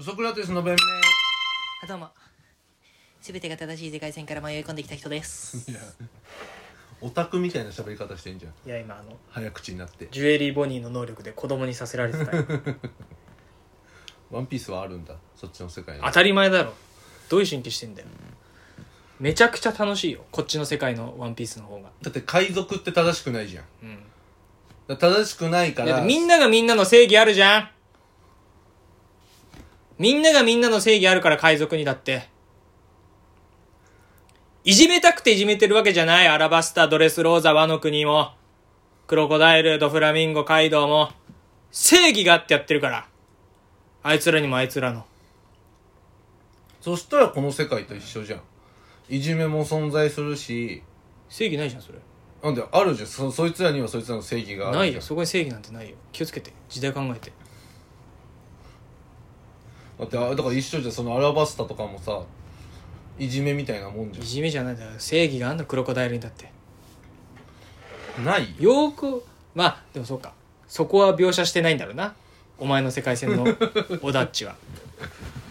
ソクラテスの弁あどうも全てが正しい世界線から迷い込んできた人です明いやオタクみたいな喋り方してんじゃんいや今あの早口になってジュエリーボニーの能力で子供にさせられてたよ ワンピースはあるんだそっちの世界に当たり前だろどういう神経してんだよめちゃくちゃ楽しいよこっちの世界のワンピースの方がだって海賊って正しくないじゃんうんだから正しくないかだってらみんながみんなの正義あるじゃんみんながみんなの正義あるから海賊にだっていじめたくていじめてるわけじゃないアラバスタドレスローザワノ国もクロコダイルドフラミンゴカイドウも正義があってやってるからあいつらにもあいつらのそしたらこの世界と一緒じゃんいじめも存在するし正義ないじゃんそれなんであるじゃんそそいつらにはそいつらの正義があるじゃんないよそこに正義なんてないよ気をつけて時代考えてだってあだから一緒じゃんそのアラバスタとかもさいじめみたいなもんじいじめじゃないんだよ正義があんのクロコダイルにだってゃんないよよーくまあでもそうかそこは描写してないんだろうなお前の世界 線のオダッチは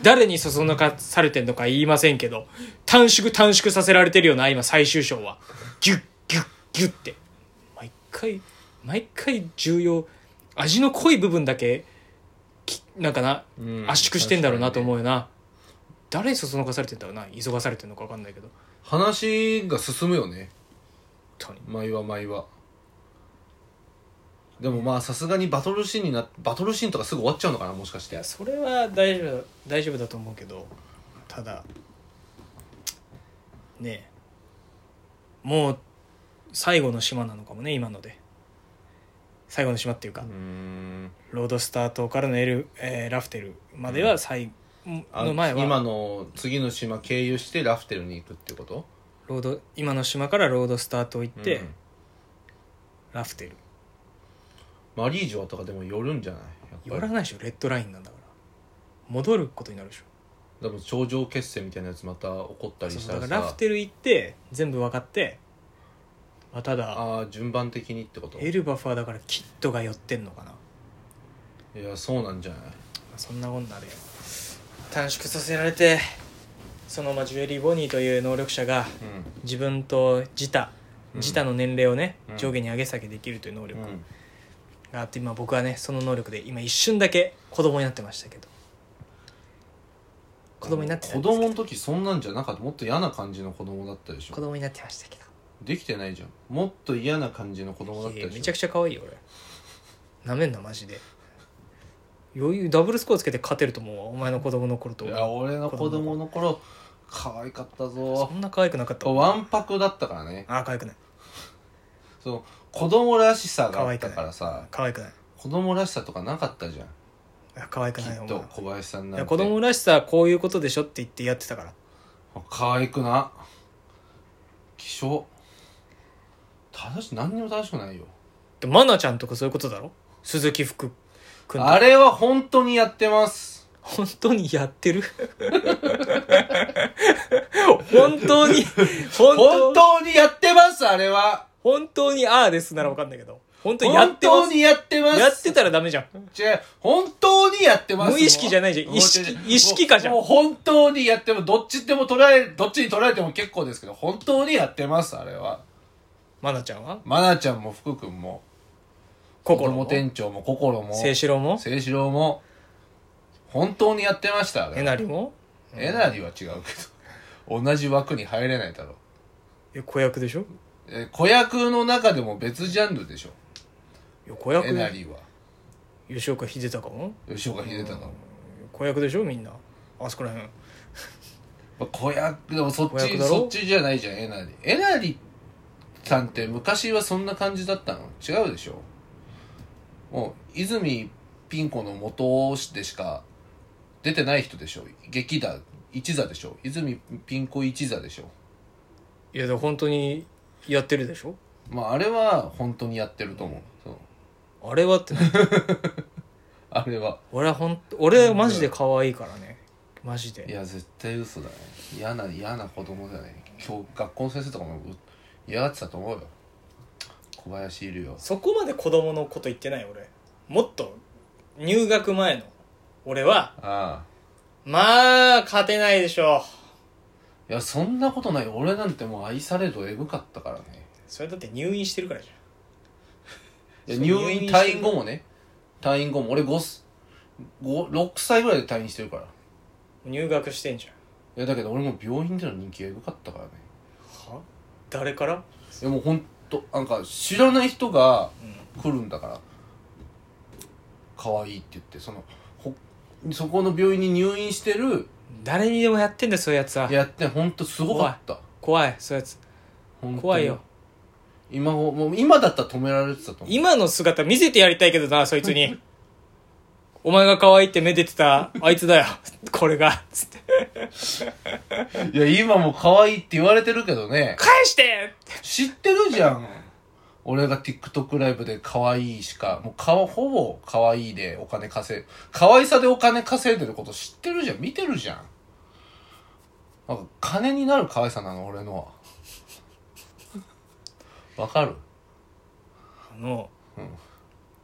誰にそそのかされてんのか言いませんけど短縮短縮させられてるよな今最終章はギュッギュッギュッって毎回毎回重要味の濃い部分だけきなんかな、うん圧縮してんだろうなと思うよな、誰にそそのかされてんだろうな急がされてんのか分かんないけど話が進むよね本当に毎は毎はでもまあさすがにバトルシーンになバトルシーンとかすぐ終わっちゃうのかなもしかしいてやそれは大丈夫大丈夫だと思うけどただねえもう最後の島なのかもね今ので最後の島っていうか、うーんロードスター島からのエル、えーラフテルまでは最、あの前は今の次の島経由してラフテルに行くってことロード今の島からロードスター島行って、うんラフテルマリージョアとかでも寄るんじゃないや寄っぱらりないでしょレッドラインなんだから戻ることになるでしょでも頂上決戦みたいなやつまた起こったりしそたらうださからラフテル行って全部分かって、まあ、ただああ順番的にってことエルバフはだからキッドが寄ってんのかないやそうなんじゃないそんなこんなで短縮させられてそのまあジュエリー・ボニーという能力者が自分と自他うん自他の年齢をね、うん上下に上げ下げできるという能う力ん、うん、があって今僕はねその能力で今一瞬だけ子供になってましたけど子供になってた子んです供の時そんなんじゃなかったもっと嫌な感じの子供だったでし子ょ供になってましたけできてないじゃんもっと嫌な感じの子供だどったいやでめしちゃょくちゃ可愛いよ俺なめんなマジで余裕ダブルスコアつけて勝てると思うわお前の子供の頃といや俺の子供の頃可愛かったぞそんな可愛くなかったわんぱくだったからねあー可愛くないその子供らしさがあったからさ可愛くない子供らしさとかなかったじゃんいや可愛くきないおっ前と小林さんいなんやて子供らしさはこういうことでしょって言ってやってたから可愛くな希少正し何にも正しくないよでマナちゃんとかそういうことだろ鈴木福君あれは本当にやってます本当にやってる本当に本本当当にやってますあれは本当にああですならわかんないけど本当にやっ本てま当すにやってますやってたらダメじゃん違う本当にやってます無意識じゃないじゃんもう意識違う違う意識化じゃんもうもう本当にやってもどっちでも捉えどっちに捉えても結構ですけど本当にやってますあれはマナちゃんはまなちゃんも福君も心もも店長も心も清志郎も清志郎も本当にやってましたあえれなりもえなりは違うけど同じ枠に入れないだろうえ子役でしょえ子役の中でも別ジャンルでしょいや子役えなりは吉岡秀隆も吉岡秀隆も子役でしょみんなあそこら辺まあ子役でもそっ子ち役だろそっちじゃないじゃんえなりえなりさんって昔はそんな感じだったの違うでしょもう泉ピン子の元でしか出てない人でしょ劇団一座でしょ泉ピン子一座でしょいやでも本当にやってるでしょまああれは本当にやってると思うそうあれはってなあれは俺はほん俺マジで可愛いからねマジいでや絶対嘘だね嫌な嫌な子供だね今日学校の先生とかもう嫌がってたと思うよ小林いるよそこまで子供のこと言ってない俺もっと入学前の俺はああまあ、勝てないでしょう。いやそんなことない俺なんてもう愛されどエグかったからねそれだって入院してるからじゃいやそう入院入院してる退院後もね退院後も俺5す5 6歳ぐらいで退院してるからいん。入学してんじゃん。やだけど俺も病院での人気エグかったからねは誰からいやもうほんとなんか知らない人がうん。来るんだから可愛いって言ってそのほそこの病院に入院してる誰にでもやってんだよ、そういうやつは。やってほんとすごかった怖い、そういうやつ。本当に怖いよ。今ごもう今だったら止められてたと思う今の姿見せてやりたいけどな、そいつに。 お前が可愛いってめでてた、あいつだよ。 これが。つって。いや今も可愛いって言われてるけどね返して知ってるじゃん俺が TikTok ライブで可愛いしかもう顔ほぼ可愛いでお金稼い可愛さでお金稼いでること知ってるじゃん見てるじゃんなんか金になる可愛さなの俺のはわかるあの、うん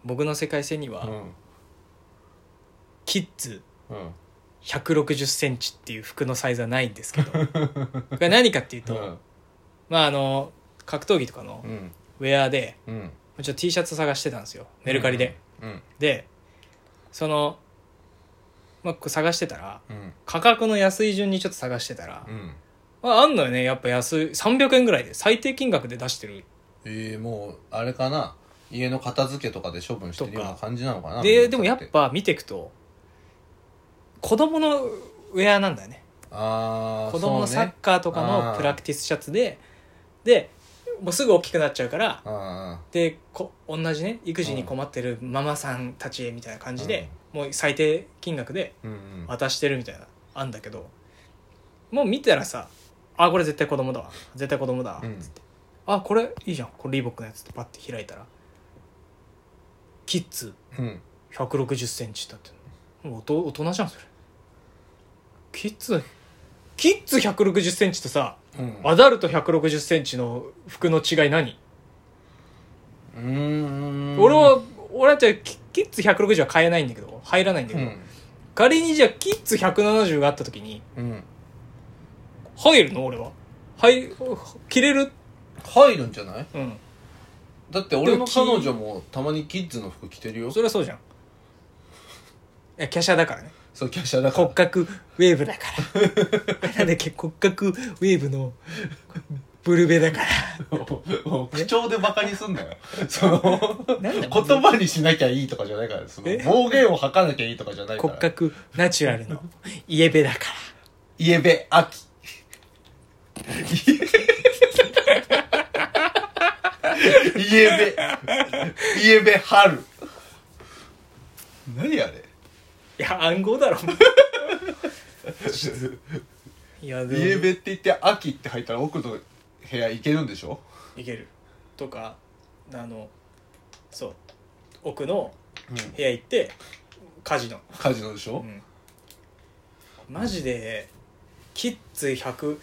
僕の世界線には、うキッズんうん1 6 0ンチっていう服のサイズはないんですけど これ何かっていうと、うんまああの格闘技とかのうんウェアでうんちょっと T シャツ探してたんですよメルカリで、うんでその、まあ、こう探してたらうん価格の安い順にちょっと探してたら、うんまあ、あんのよねやっぱ安い300円ぐらいで最低金額で出してるええもうあれかな家の片付けとかで処分してるような感じなのかなででもやっぱぱ見ていくと子供のウェアなんだよねああ子供のサッカーとかあーのプラクティスシャツで、でもうすぐ大きくなっちゃうからあでこ同じね育児に困ってるママさんたちへみたいな感じで、もう最低金額でうんうん渡してるみたいなあんだけどもう見たらさ「あこれ絶対子供だわ絶対子供だわ」うんつって「あこれいいじゃんこれリーボックのやつ」ってパッて開いたら「キッズうん1 6 0ンチだってもうおと大人じゃんそれキッズキッズ1 6 0ンチとさうんアダルト1 6 0ンチの服の違い何うーん俺は俺はじゃあキキッズ160は買えないんだけど入らないんだうけど、ん仮にじゃあキッズ170があった時にうん入るの俺は入着れる入るんじゃないうんだって俺の彼女もたまにキッズの服着てるよそれはそうじゃんいや華奢だからねそうキャシャだから骨格ウェーブだからなんだっけ骨格ウェーブのブルベだから口調でバカにすんなよそのなんだ言葉にしなきゃいいとかじゃないからそのえ暴言を吐かなきゃいいとかじゃないか骨ら格ナチュラルのイエベだからイエベアキイエベイエベハル何あれいや暗号だろいやでもイエベって言って秋って入ったら奥の部屋行けるんでしょいけるとかあのそう奥のうん部屋行ってカジノ、カジノでしょ、マジでキッズ100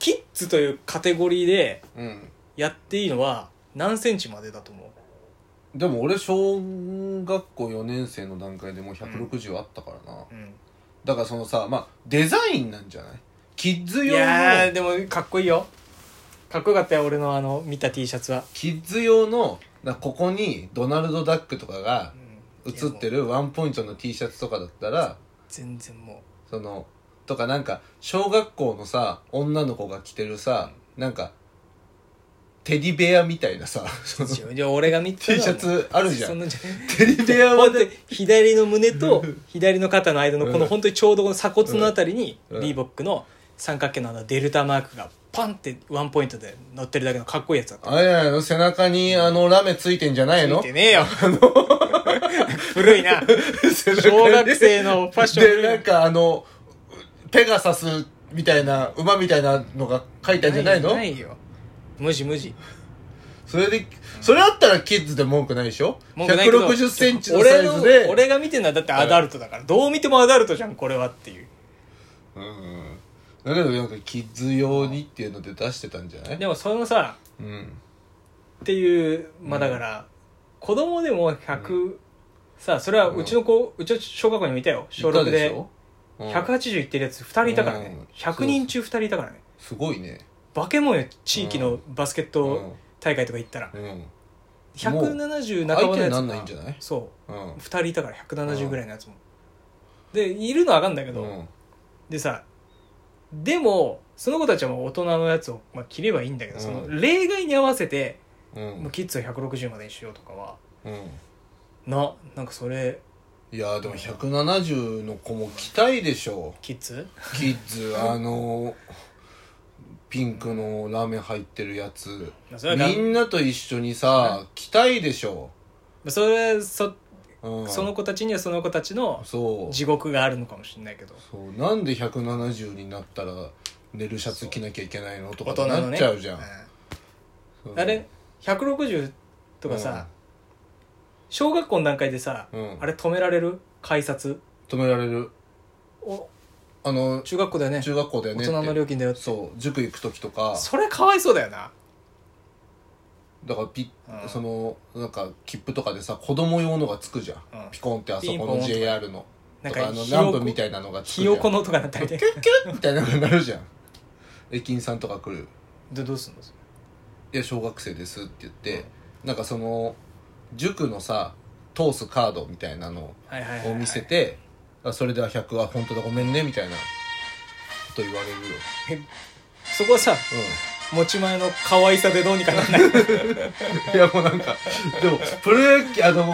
キッズというカテゴリーでうん、やっていいのは何センチまでだと思でも俺小学校4年生の段階でもう160あったからな、う、うん、だからそのさまあデザインなんじゃないキッズい用やーのでもかっこいいよかっこよかったよ俺のあの見た T シャツは、キッズ用のなここにドナルド・ダックとかがうん写っていやもうるワンポイントの T シャツとかだったら全然もそのとかなんか小学校のさ女の子が着てるさなんかテディベアみたいなさ そのうじゃあ俺が見てた T シャツあるじゃんそなじテディベアほまんとでに左の胸と左の肩の間のこの本当にちょうどこの鎖骨のあたりにうんリーボックの三角形のあのデルタマークがパンってワンポイントで乗ってるだけのかっこいいやつだったあれなの背中にあのラメついてんじゃないの見てねえよ古いな小学生のファッションで、なんかあの、ペガサスみたいな、馬みたいなのが書いたんじゃないのないよ無地無地それで、それあったらキッズで文句ないでしょ文句ないけど ?160 センチのサイズ俺ので。俺が見てるのはだってアダルトだからどう見てもアダルトじゃんこれはっていううん。だけどなんかキッズ用にっていうので出してたんじゃないでもそのさうん。っていうまあだから、子供でも100、さあそれはうちの子、うちの小学校にもいたよ小いた6でしでょうん180いってるやつ2人いたからね、うん100人中2人いたからねすごいね化け物よ地域のバスケット大会とか行ったら、うん170相半ばの手やになつがんないんじゃないそううん2人いたから170ぐらいのやつも、でいるのは分かんだけど、うんでさでもその子たちはもう大人のやつを、まあ、切ればいいんだけど、うんその例外に合わせて、うもうんキッズを160までにしようとかはうんななんかそれいやーでも170の子も来たいでしょキッズうキッズあのーピンクのラーメン入ってるやつまあそれはがみんなと一緒にさ来たいでしょそれそ,、う、うん、その子たちにはその子たちのそう地獄があるのかもしれないけどそうなんで170になったら寝るシャツ着なきゃいけないのとかっ大て人のなっねちゃうじゃん、うんあれ160とかさ、小学校の段階でさ、うんあれ止められる改札止められるおあの中学校だよね中学校だよ大ねって人の料金だよってそう塾行く時とかそれかわいそうだよなだからピッ、うんそのなんか切符とかでさ子供用のがつくじゃん、うんピコンってあそピンこポンのとか JR のなんとかかあのひよこランプみたいなのがつくひじゃんよこのとかなったりでみたいなのになるじゃん駅員さんとか来るでどうすんのそ「れいや小学生です」って言って、なんかその塾のさ通すカードみたいなのはいはいはいをはい見せて「あそれでは100は本当だごめんね」みたいなこと言われるよ、そこはさ持ち前の可愛さでどうにかならないうん、いやもうなんかでもプロ野球あのこ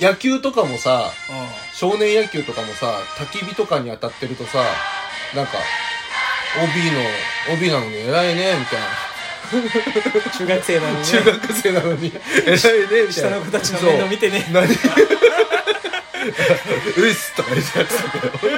野球とかもさう少年野球とかもさ焚き火とかに当たってるとさなんか OB の OB なのに偉いねみたいなん中学生なのに中学生なのに 偉いねみた下いなの子たちの面倒 見てねそう何うっすとか言ってたやつだけど